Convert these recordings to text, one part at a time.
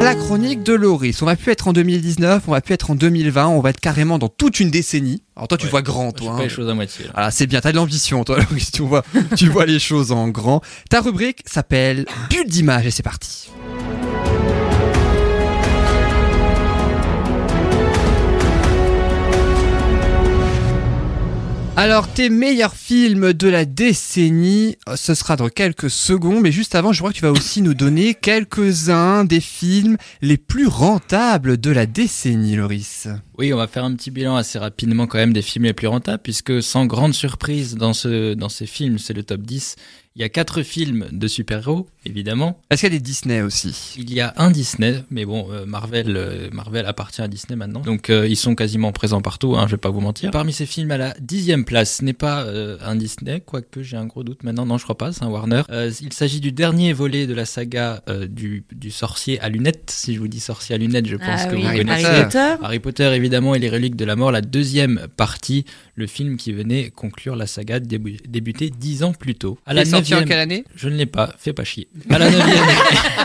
La chronique de Loris. On va plus être en 2019, on va plus être en 2020, on va être carrément dans toute une décennie. Alors toi, tu Ouais. vois grand, Je fais toi. pas hein. les choses à moitié. là. Voilà, c'est bien, t'as de l'ambition, toi, Loris. Tu vois, tu vois les choses en grand. Ta rubrique s'appelle Bulle d'image et c'est parti. Alors, tes meilleurs films de la décennie, euh, ce sera dans quelques secondes, mais juste avant, je crois que tu vas aussi nous donner quelques-uns des films les plus rentables de la décennie, Loris. Oui, on va faire un petit bilan assez rapidement quand même des films les plus rentables, puisque sans grande surprise dans, ce, dans ces films, c'est le top 10. Il y a quatre films de super-héros, évidemment. Est-ce qu'il y a des Disney aussi Il y a un Disney, mais bon, euh, Marvel, euh, Marvel appartient à Disney maintenant. Donc euh, ils sont quasiment présents partout, hein, je vais pas vous mentir. Parmi ces films à la dixième place, ce n'est pas euh, un Disney, quoique j'ai un gros doute maintenant, non je crois pas, c'est un Warner. Euh, il s'agit du dernier volet de la saga euh, du, du sorcier à lunettes. Si je vous dis sorcier à lunettes, je pense Ah que oui, vous Harry connaissez. Harry Potter. Harry Potter, évidemment, et les reliques de la mort, la deuxième partie, le film qui venait conclure la saga débu- débutée dix ans plus tôt. À Elle la est sortie en neuvième, quelle année je ne l'ai pas, fais pas chier. À la neuvième, Ah.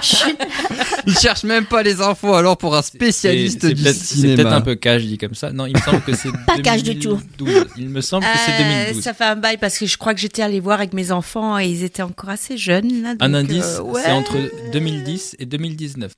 Il cherche même pas les infos alors pour un spécialiste C'est- c'est du peut-être- cinéma. C'est peut-être un peu cash dit comme ça. Non, il me semble que c'est Pas cash du tout. 2012. Il me semble que c'est Euh, 2012. ça fait un bail parce que je crois que j'étais allée voir avec mes enfants et ils étaient encore assez jeunes. là, Un donc, indice, euh, ouais. c'est entre 2010 et 2019.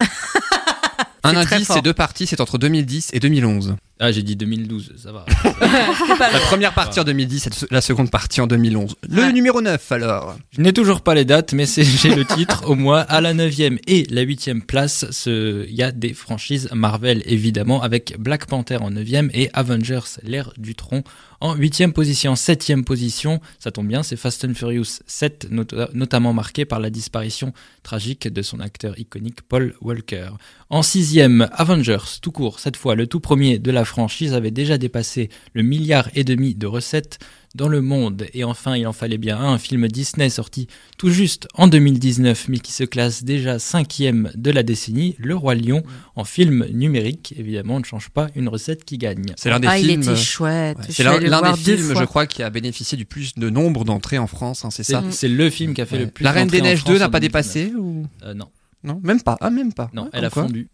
Un c'est très indice, fort. c'est deux parties, c'est entre 2010 et 2011. Ah, j'ai dit 2012, ça va. Ah, La première partie en 2010 et la seconde partie en 2011. Le Ouais. numéro 9 alors. Je n'ai toujours pas les dates, mais c'est- j'ai le titre au moins. À la 9e et la 8e place, ce- il y a des franchises Marvel, évidemment, avec Black Panther en 9e et Avengers, l'ère du tronc, en 8e position. 7e position, ça tombe bien, c'est Fast and Furious 7, not- notamment marqué par la disparition tragique de son acteur iconique Paul Walker. En 6e, Avengers, tout court, cette fois le tout premier de la franchise, avait déjà dépassé le milliard et demi de recettes dans le monde. Et enfin, il en fallait bien un, un film Disney sorti tout juste en 2019, mais qui se classe déjà cinquième de la décennie, Le Roi Lion, en film numérique. Évidemment, on ne change pas une recette qui gagne. C'est l'un des Ah, il films. euh, était chouette. ouais, Je C'est suis l'un allée le l'un voir des deux films, fois. je crois, qui a bénéficié du plus de nombre d'entrées en France. hein, c'est C'est ça. c'est le film qui a fait Ouais. le plus La Reine des d'entrées en Neiges 2 France n'a en pas 2019. dépassé ou Euh, Non, non Même pas. Ah même pas. non Ouais, elle a comme quoi. fondu.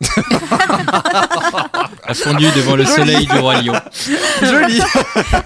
elle a fondu devant le soleil du Roi Lion. Joli.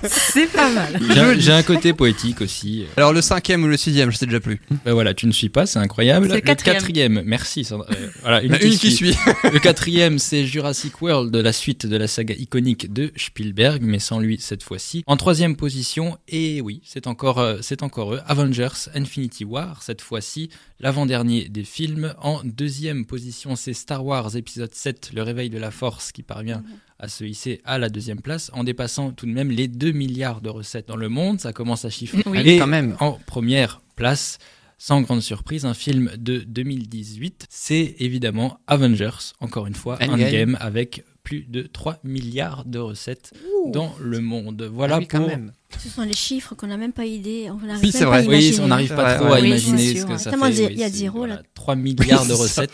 C'est pas mal. J'ai un- J'ai un côté poétique aussi. Euh, Alors le cinquième ou le sixième, je sais déjà plus. Ben voilà, tu ne suis pas, c'est incroyable. C'est le le quatrième. quatrième, merci. Sandra. Euh, voilà, Une, qui suit. Le quatrième, c'est Jurassic World, la suite de la saga iconique de Spielberg, mais sans lui cette fois-ci. En troisième position, et oui, c'est encore, euh, c'est encore eux, Avengers Infinity War, cette fois-ci, l'avant-dernier des films. En deuxième position, c'est Star Wars épisode 7, Le réveil de la force, qui parvient à se hisser à la deuxième place, en dépassant tout de même les 2 milliards de recettes dans le monde, ça commence à chiffrer. Oui. Et Quand même. en première place, sans grande surprise, un film de 2018, c'est évidemment Avengers, encore une fois, Endgame. Endgame, avec plus de 3 milliards de recettes Ouh. dans le monde. Voilà Ah oui, quand pour... même. Ce sont les chiffres qu'on n'a même pas idée. On n'arrive Oui, même c'est pas vrai. à Oui, imaginer. on n'arrive pas Ouais, trop ouais. à Oui, imaginer c'est ce sûr. que ça Tellement fait. il y a- Oui, il y a c'est- zéro, là. 3 milliards de c'est ça. recettes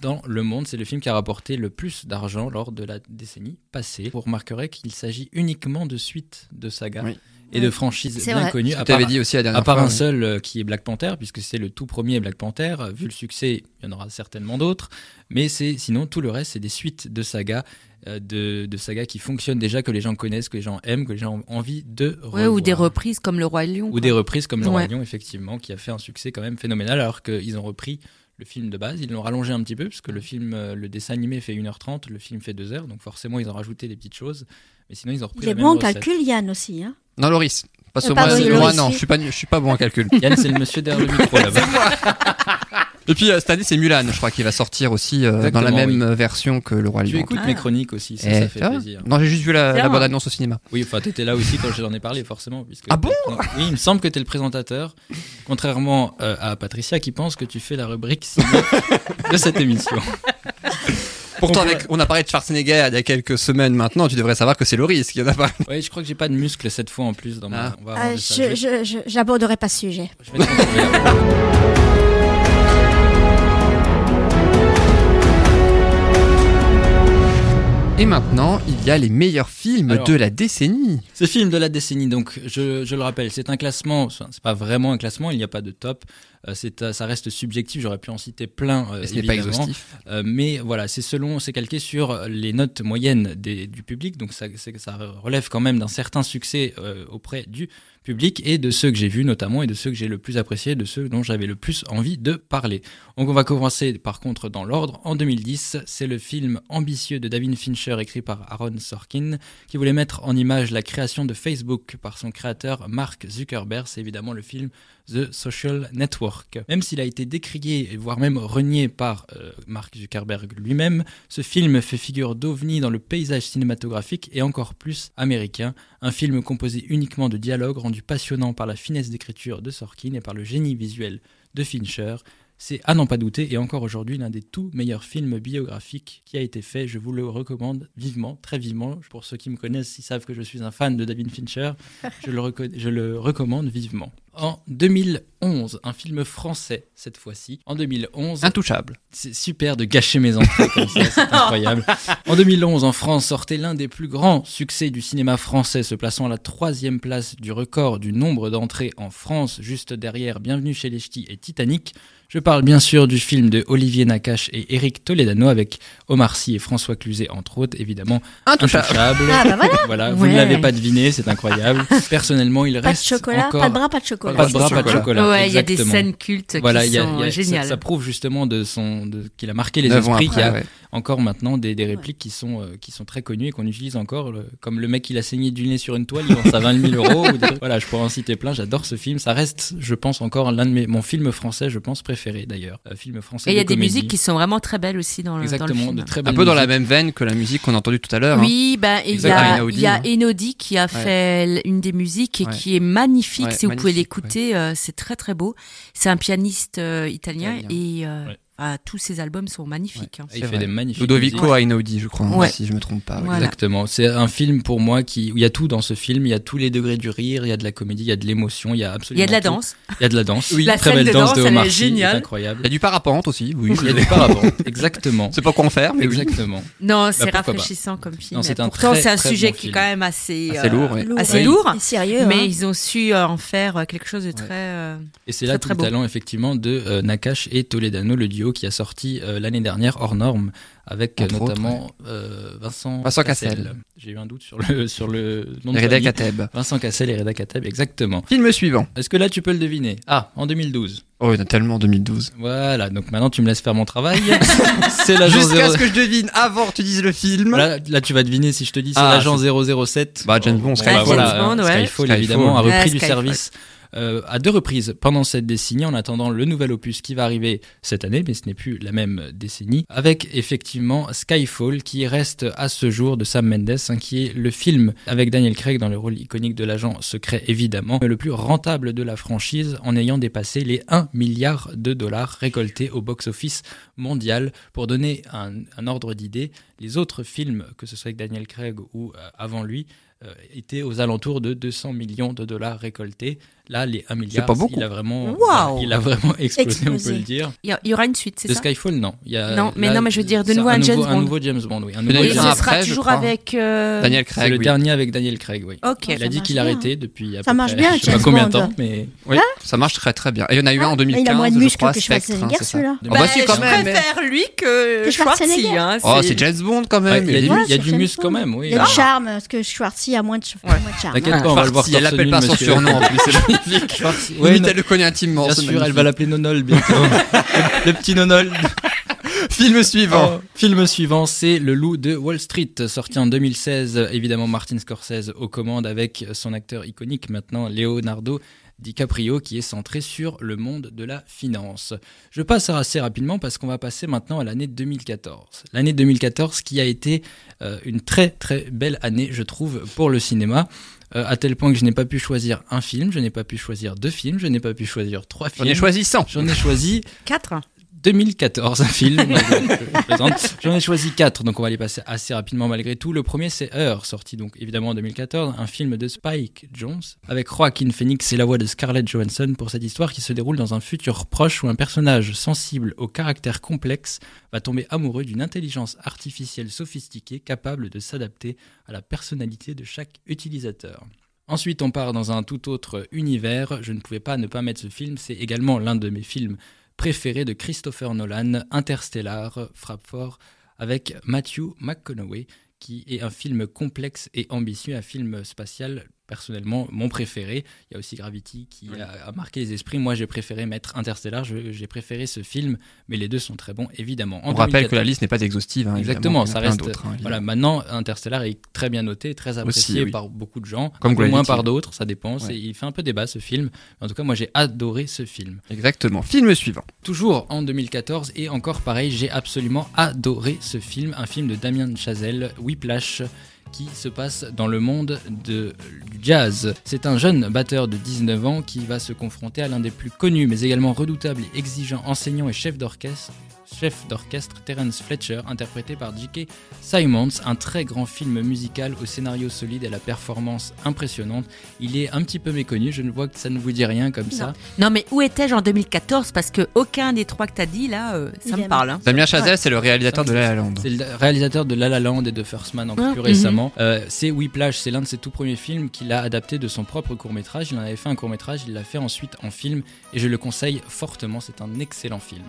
dans le monde. C'est le film qui a rapporté le plus d'argent lors de la décennie passée. Vous remarquerez qu'il s'agit uniquement de suites de sagas Oui. et de franchises C'est bien vrai. connues. Tu à t'avais part- dit aussi la dernière à part fois. hein. un seul euh, qui est Black Panther, puisque c'est le tout premier Black Panther, euh, vu le succès, il y en aura certainement d'autres, mais c'est sinon tout le reste, c'est des suites de sagas, euh, de, de sagas qui fonctionnent déjà, que les gens connaissent, que les gens aiment, que les gens ont envie de Ouais, ou des revoir. reprises comme Le Roi Lion. Ou quoi. des reprises comme Le Roi Ouais. Lion, effectivement, qui a fait un succès quand même phénoménal, alors qu'ils ont repris le film de base, ils l'ont rallongé un petit peu, puisque le film, euh, le dessin animé fait 1h30, le film fait 2h, donc forcément ils ont rajouté des petites choses, mais sinon ils ont repris Il la est même bon en recette. calcul, Yann aussi. Hein. Non Loris. Parce que Euh, moi, pardon, moi, Loris, non, oui. je suis pas, je suis pas bon en calcul. Yann, c'est le monsieur derrière le micro là-bas. Et puis euh, cette année, c'est Mulan, je crois, qui va sortir aussi euh, dans la Exactement, même euh, version que Le Roi Tu Lion. écoutes Ah. mes chroniques aussi, ça, Eh, ça fait ça va plaisir. Non, j'ai juste vu la, Bien. la bande-annonce au cinéma. Oui, enfin, t'étais là aussi quand j'en ai parlé, forcément. Puisque Ah bon Oui, il me semble que t'es le présentateur, contrairement euh, à Patricia qui pense que tu fais la rubrique ciné de cette émission. Pourtant, Pourquoi avec, on a parlé de Schwarzenegger il y a quelques semaines maintenant, tu devrais savoir que c'est Loris qui en a parlé. Oui, je crois que j'ai pas de muscles cette fois en plus dans ma. Ah. On va Euh, arranger ça. je- je- je- J'aborderai pas ce sujet. Je vais te contrôler. Et maintenant, il y a les meilleurs films Alors. de la décennie. Ce film de la décennie, donc, je, je le rappelle, c'est un classement, enfin, c'est pas vraiment un classement, il n'y a pas de top. Euh, c'est, euh, ça reste subjectif, j'aurais pu en citer plein, euh, Et ce n'est pas évidemment. exhaustif. Euh, mais voilà, c'est selon, c'est calqué sur les notes moyennes des- du public, donc ça, c'est- ça relève quand même d'un certain succès euh, auprès du public et de ceux que j'ai vus notamment et de ceux que j'ai le plus appréciés, de ceux dont j'avais le plus envie de parler. Donc on va commencer par contre dans l'ordre. En 2010, c'est le film ambitieux de David Fincher écrit par Aaron Sorkin qui voulait mettre en image la création de Facebook par son créateur Mark Zuckerberg. C'est évidemment le film The Social Network. Même s'il a été décrié, voire même renié par euh, Mark Zuckerberg lui-même, ce film fait figure d'ovni dans le paysage cinématographique et encore plus américain. Un film composé uniquement de dialogues rendu passionnant par la finesse d'écriture de Sorkin et par le génie visuel de Fincher. C'est à n'en pas douter et encore aujourd'hui l'un des tout meilleurs films biographiques qui a été fait. Je vous le recommande vivement, très vivement. Pour ceux qui me connaissent, ils savent que je suis un fan de David Fincher. Je le, reco- je le recommande vivement. En 2011, un film français cette fois-ci. En 2011, Intouchable. c'est super de gâcher mes entrées comme ça, c'est incroyable. En 2011, en France, sortait l'un des plus grands succès du cinéma français, se plaçant à la troisième place du record du nombre d'entrées en France, juste derrière Bienvenue chez les Ch'tis et Titanic. Je parle bien sûr du film de Olivier Nakache et Éric Toledano avec Omar Sy et François Cluzet, entre autres, évidemment. Intouchable. Intouchable. Ah bah voilà, vous ne Ouais. l'avez pas deviné, c'est incroyable. Personnellement, il pas de reste chocolat, encore... pas de bras, pas de chocolat. Pas de bras, pas de chocolat. ouais, il y a des exactement. scènes cultes Voilà, qui il y a- il sont euh, y a- ça- géniales. Ça, prouve justement de son de- qu'il a marqué les Neuf ans esprits, qu'il y après, a ouais. encore maintenant des, des répliques qui sont euh, qui sont très connues et qu'on utilise encore, le- comme le mec il a saigné du nez sur une toile, il vend ça 20 000 euros. ou des- voilà, je pourrais en citer plein. J'adore ce film. Ça reste, je pense, encore l'un de mes mon film français, je pense préféré d'ailleurs. Euh, film français. Et il y a de des comédie. musiques qui sont vraiment très belles aussi dans le, dans le exactement film. de très Un belles peu dans la musiques. même veine que la musique qu'on a entendue tout à l'heure. hein. Oui, ben, il y Exactement. a, Enaudi, il y a hein. Enaudi qui a fait l- une des musiques et Ouais. qui est magnifique. Ouais, si vous pouvez magnifique, l'écouter, euh, c'est très très beau. C'est un pianiste euh, italien, et euh, Ouais. ah, tous ses albums sont magnifiques. hein. Et C'est Il fait vrai. des magnifiques. musiques. Ludovico Einaudi, je crois, hein, Ouais. si je me trompe pas. ouais. Voilà. Exactement. C'est un film pour moi qui où il y a tout dans ce film. Il y a tous les degrés du rire, il y a de la comédie, il y a de l'émotion, il y a Il absolument. y a de la tout. danse. Il y a de la danse. Oui. La très scène belle de danse danse, de elle est Omar Sy, géniale. est Il incroyable. y a du parapente aussi, oui. Il y a des paravents. Exactement. C'est pas quoi en faire, Ah, mais oui. Exactement. Non, c'est Bah, pourquoi pas. rafraîchissant comme film. Non, c'est un Pourtant, très, c'est un très sujet bon qui est film. quand même assez, Assez euh, lourd, ouais. assez Oui. lourd. Et sérieux. Mais hein. ils ont su euh, en faire euh, quelque chose de très. euh, Et c'est là Très, tout très le beau. talent effectivement de euh, Nakash et Toledano, le duo qui a sorti euh, l'année dernière hors norme avec euh, Entre autres, notamment euh, Vincent, Vincent Cassel. J'ai eu un doute sur le sur le nom de Reda famille. Kateb. Vincent Cassel et Reda Kateb, exactement. Film suivant. Est-ce que là tu peux le deviner Ah, en 2012. Oh, il y en a tellement en 2012. Voilà, donc maintenant tu me laisses faire mon travail. c'est l'agent Jusqu'à 0... ce que je devine avant que tu dises le film. là, là, tu vas deviner si je te dis c'est Ah, l'agent 007. Bah, James Bond, bah, Skyfall. voilà, James Bond, hein, ouais. Skyfall, Skyfall. évidemment, a Ouais, repris du Skyfall. service euh, à deux reprises pendant cette décennie, en attendant le nouvel opus qui va arriver cette année, mais ce n'est plus la même décennie, avec effectivement Skyfall, qui reste à ce jour de Sam Mendes, hein, qui est le film avec Daniel Craig dans le rôle iconique de l'agent secret, évidemment, mais le plus rentable de la franchise, en ayant dépassé les 1 milliard de dollars récoltés au box-office mondial. Pour donner un, un ordre d'idée, les autres films, que ce soit avec Daniel Craig ou euh, avant lui, euh, étaient aux alentours de 200 millions de dollars récoltés. Là, les 1 milliard, pas beaucoup. il a vraiment, Waouh il a vraiment explosé, on Explosé. peut le dire. Il y a- il y, aura une suite, c'est De ça Skyfall, non. Il y a- Non, mais non, mais je veux dire, de c'est nouveau un James nouveau- Bond. nouveau James Bond, oui. Un nouveau Daniel Et James Craig. Ah, Bond. ce sera après, je toujours hein. crois. avec. euh, Daniel C'est Craig, le oui. dernier avec Daniel Craig, oui. Ok. Il a dit marche qu'il bien. arrêtait depuis à Ça peu marche près, bien, je sais pas James combien de Bond. temps, mais Oui, ça marche très très bien. Et il y en a eu un en mais 2015, il a moins de je muscles crois, que Spectre, hein, Schwarzenegger, c'est ça. celui-là. Ah bah Bah, si, je quand même. préfère lui que Que Schwarzenegger. Schwarzy. hein, Oh, c'est- c'est James Bond quand Ouais, même. il y Il a est du, nul. Voilà, il y a sur du James muscle quand Bond. même, oui. Il y a Ah, du charme, parce que Schwarzy a moins de, moins de charme. T'inquiète pas, on va le voir. Schwarzy, elle torse l'appelle nu, pas son monsieur. surnom en plus. C'est Schwarzy- ouais, Limite, non, elle le connaît intimement. Bien ce sûr, elle va magnifique. l'appeler Nonol bientôt. le, le petit Nonol. Film suivant. Oh. Film suivant, c'est Le Loup de Wall Street, sorti en 2016. Évidemment, Martin Scorsese aux commandes avec son acteur iconique maintenant, Leonardo DiCaprio, qui est centré sur le monde de la finance. Je passe assez rapidement parce qu'on va passer maintenant à l'année 2014. L'année 2014 qui a été euh, une très très belle année, je trouve, pour le cinéma. Euh, à tel point que je n'ai pas pu choisir un film, je n'ai pas pu choisir deux films, je n'ai pas pu choisir trois J'en films. ai choisi 100. J'en ai choisi 4. 2014, un film. Donc, euh, je présente. J'en ai choisi quatre, donc on va les passer assez rapidement malgré tout. Le premier, c'est Heure, sorti donc évidemment en 2014, un film de Spike Jones avec Joaquin Phoenix et la voix de Scarlett Johansson pour cette histoire qui se déroule dans un futur proche où un personnage sensible au caractère complexe va tomber amoureux d'une intelligence artificielle sophistiquée capable de s'adapter à la personnalité de chaque utilisateur. Ensuite, on part dans un tout autre univers. Je ne pouvais pas ne pas mettre ce film. C'est également l'un de mes films préférés de Christopher Nolan, Interstellar, frappe fort, avec Matthew McConaughey, qui est un film complexe et ambitieux, un film spatial personnellement mon préféré. Il y a aussi Gravity qui Oui. a, a marqué les esprits. Moi, j'ai préféré mettre Interstellar. Je- J'ai préféré ce film, mais les deux sont très bons, évidemment. En On rappelle 2014, que la liste n'est pas exhaustive. hein, évidemment, il y Exactement, en a ça plein reste. d'autres, hein, voilà, maintenant, Interstellar est très bien noté, très apprécié Aussi, oui. par beaucoup de gens, Comme un peu moins Gravity. par d'autres, ça dépend. c'est- Ouais. Il fait un peu débat ce film. En tout cas, moi, j'ai adoré ce film. Exactement. Film suivant. Toujours en 2014 et encore pareil, j'ai absolument adoré ce film, un film de Damien Chazelle, Whiplash, qui se passe dans le monde de, du jazz. C'est un jeune batteur de 19 ans qui va se confronter à l'un des plus connus mais également redoutable et exigeant enseignant et chef d'orchestre, chef d'orchestre Terence Fletcher, interprété par J.K. Simons, un très grand film musical au scénario solide et à la performance impressionnante. Il est un petit peu méconnu, je ne vois que ça ne vous dit rien comme ça. Non, mais où étais-je en 2014 Parce que aucun des trois que t'as dit, là, euh, Il ça me aime. parle. hein. Damien Chazelle, c'est le réalisateur de Ça me- La La Land. C'est le réalisateur de La La Land et de First Man encore Ah, plus mhm. récemment. Euh, c'est Whiplash, c'est l'un de ses tout premiers films qu'il a adapté de son propre court-métrage. Il en avait fait un court-métrage, il l'a fait ensuite en film et je le conseille fortement, c'est un excellent film.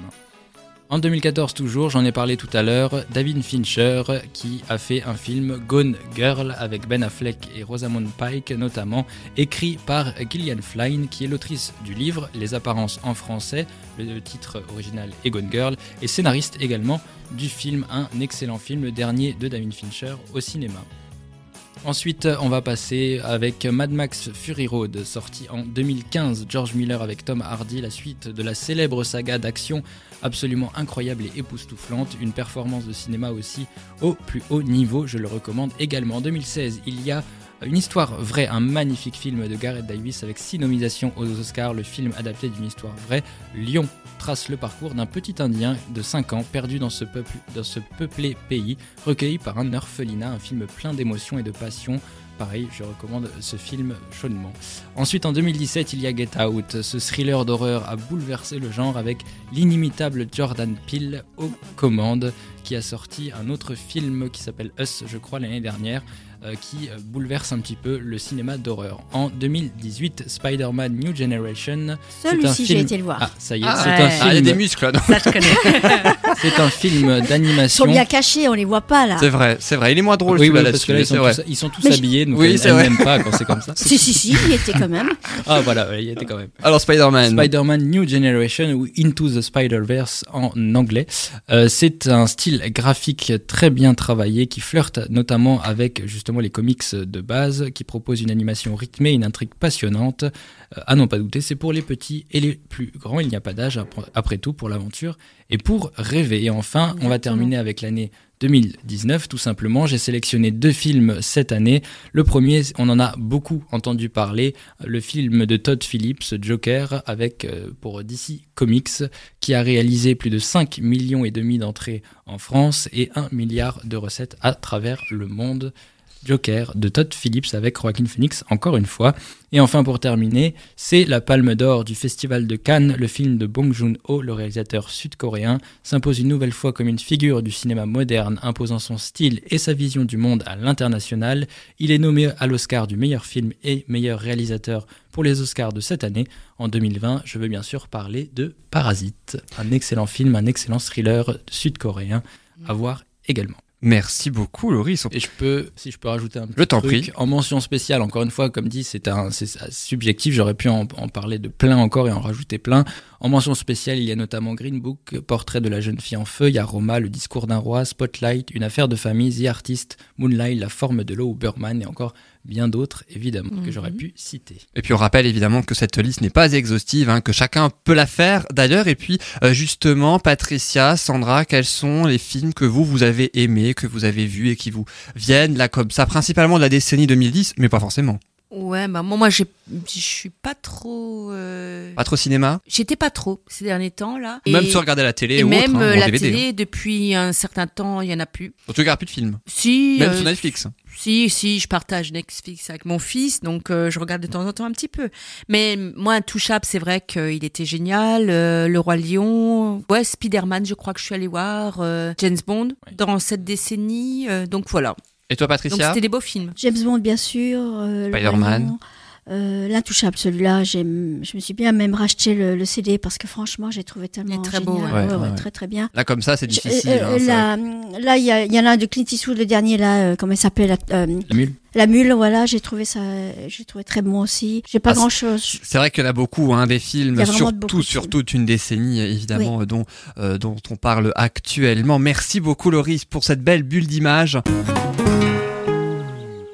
En 2014 toujours, j'en ai parlé tout à l'heure, David Fincher qui a fait un film Gone Girl avec Ben Affleck et Rosamund Pike notamment, écrit par Gillian Flynn qui est l'autrice du livre Les apparences en français, le titre original est Gone Girl, et scénariste également du film, un excellent film, le dernier de David Fincher au cinéma. Ensuite, on va passer avec Mad Max Fury Road, sorti en 2015, George Miller avec Tom Hardy, la suite de la célèbre saga d'action absolument incroyable et époustouflante, une performance de cinéma aussi au plus haut niveau, je le recommande également. En 2016, il y a une histoire vraie, un magnifique film de Gareth Davis avec six nominations aux Oscars, le film adapté d'une histoire vraie, Lyon trace le parcours d'un petit Indien de 5 ans perdu dans ce, peuple, dans ce peuplé pays, recueilli par un orphelinat, un film plein d'émotions et de passion. Pareil, je recommande ce film chaudement. Ensuite, en 2017, il y a Get Out. Ce thriller d'horreur a bouleversé le genre avec l'inimitable Jordan Peele aux commandes, qui a sorti un autre film qui s'appelle Us, je crois, l'année dernière, euh, qui euh, bouleverse un petit peu le cinéma d'horreur. En 2018, Spider-Man New Generation Celui-ci, j'ai film- été le voir. ah, ça y est, Ah, c'est ouais. Ah, il y un a des film. muscles là. non Ça, je connais. c'est un film Ils sont d'animation. bien cachés, on les voit pas là. C'est vrai, c'est vrai. Il est moins drôle oui, oui, celui-là parce que là, ils là-dessus. sont C'est vrai. tous, ils sont tous Mais je- habillés, donc Oui, elles- c'est elles vrai. n'aiment pas quand c'est comme ça. Si, si, si, il y était quand même. Ah voilà, ouais, il y était quand même. Alors Spider-Man. Spider-Man New Generation ou Into the Spider-Verse en anglais. Euh, c'est un style graphique très bien travaillé qui flirte notamment avec justement les comics de base, qui propose une animation rythmée, une intrigue passionnante. Euh, à n'en pas douter, c'est pour les petits et les plus grands. Il n'y a pas d'âge après- après tout pour l'aventure et pour rêver. Et enfin, on va Exactement. terminer avec l'année 2019, tout simplement. J'ai sélectionné deux films cette année. Le premier, on en a beaucoup entendu parler, le film de Todd Phillips, Joker, avec euh, pour DC Comics, qui a réalisé plus de 5 millions et demi d'entrées en France et 1 milliard de recettes à travers le monde. Joker de Todd Phillips avec Joaquin Phoenix encore une fois. Et enfin pour terminer, c'est la Palme d'Or du Festival de Cannes. Le film de Bong Joon-ho, le réalisateur sud-coréen, s'impose une nouvelle fois comme une figure du cinéma moderne, imposant son style et sa vision du monde à l'international. Il est nommé à l'Oscar du meilleur film et meilleur réalisateur pour les Oscars de cette année. En 2020, je veux bien sûr parler de Parasite, un excellent film, un excellent thriller sud-coréen à voir également. Merci beaucoup, Loris. Et je peux, si je peux rajouter un petit Je t'en truc, prie. en mention spéciale, encore une fois, comme dit, c'est un, c'est subjectif, j'aurais pu en, en parler de plein encore et en rajouter plein. En mention spéciale, il y a notamment Green Book, Portrait de la jeune fille en feu, il y a Roma, Le discours d'un roi, Spotlight, Une affaire de famille, The Artist, Moonlight, La forme de l'eau ou Burman et encore bien d'autres, évidemment, que j'aurais Mhm. pu citer. Et puis on rappelle évidemment que cette liste n'est pas exhaustive, hein, que chacun peut la faire d'ailleurs. Et puis euh, justement, Patricia, Sandra, quels sont les films que vous, vous avez aimés, que vous avez vus et qui vous viennent là comme ça, principalement de la décennie 2010, mais pas forcément. Ouais, bah moi, moi j'ai- je suis pas trop. euh, Pas trop cinéma, J'étais pas trop ces derniers temps, là. même Et- si on regardait la télé et ou même autre, hein, euh, ou en la DVD. hein. télé, depuis un certain temps, il y en a plus. Donc, tu regardes plus de films, Si, même euh, sur Netflix. si, si, je partage Netflix avec mon fils, donc euh, je regarde de temps en temps un petit peu. Mais moi, Intouchable, c'est vrai qu'il était génial. euh, Le Roi Lion, ouais, Spider-Man, je crois que je suis allée voir. euh, James Bond, Ouais. dans cette décennie. euh, donc voilà, Et toi, Donc Patricia c'était des beaux films. James Bond, bien sûr. euh, le Spider-Man. Royaume, euh, L'intouchable, celui-là, j'aime- je me suis bien même racheté le, le CD parce que franchement, j'ai trouvé tellement très génial. beau, ouais. Ouais, Ouais, ouais, ouais, ouais. très très bien. Là, comme ça, c'est Je- difficile. euh, hein, euh, c'est vrai. là, là, il y, a- il y en a un de Clint Eastwood, le dernier là, euh, comment il s'appelle, la, euh, La mule la mule. Voilà, j'ai trouvé ça, j'ai trouvé très bon aussi. J'ai pas Ah, grand chose. C'est vrai qu'il y en a beaucoup, hein, des Il y films, a vraiment surtout beaucoup de sur films. toute une décennie, évidemment, euh, dont, euh, dont on parle actuellement. Merci beaucoup, Loris, pour cette belle bulle d'image. I'm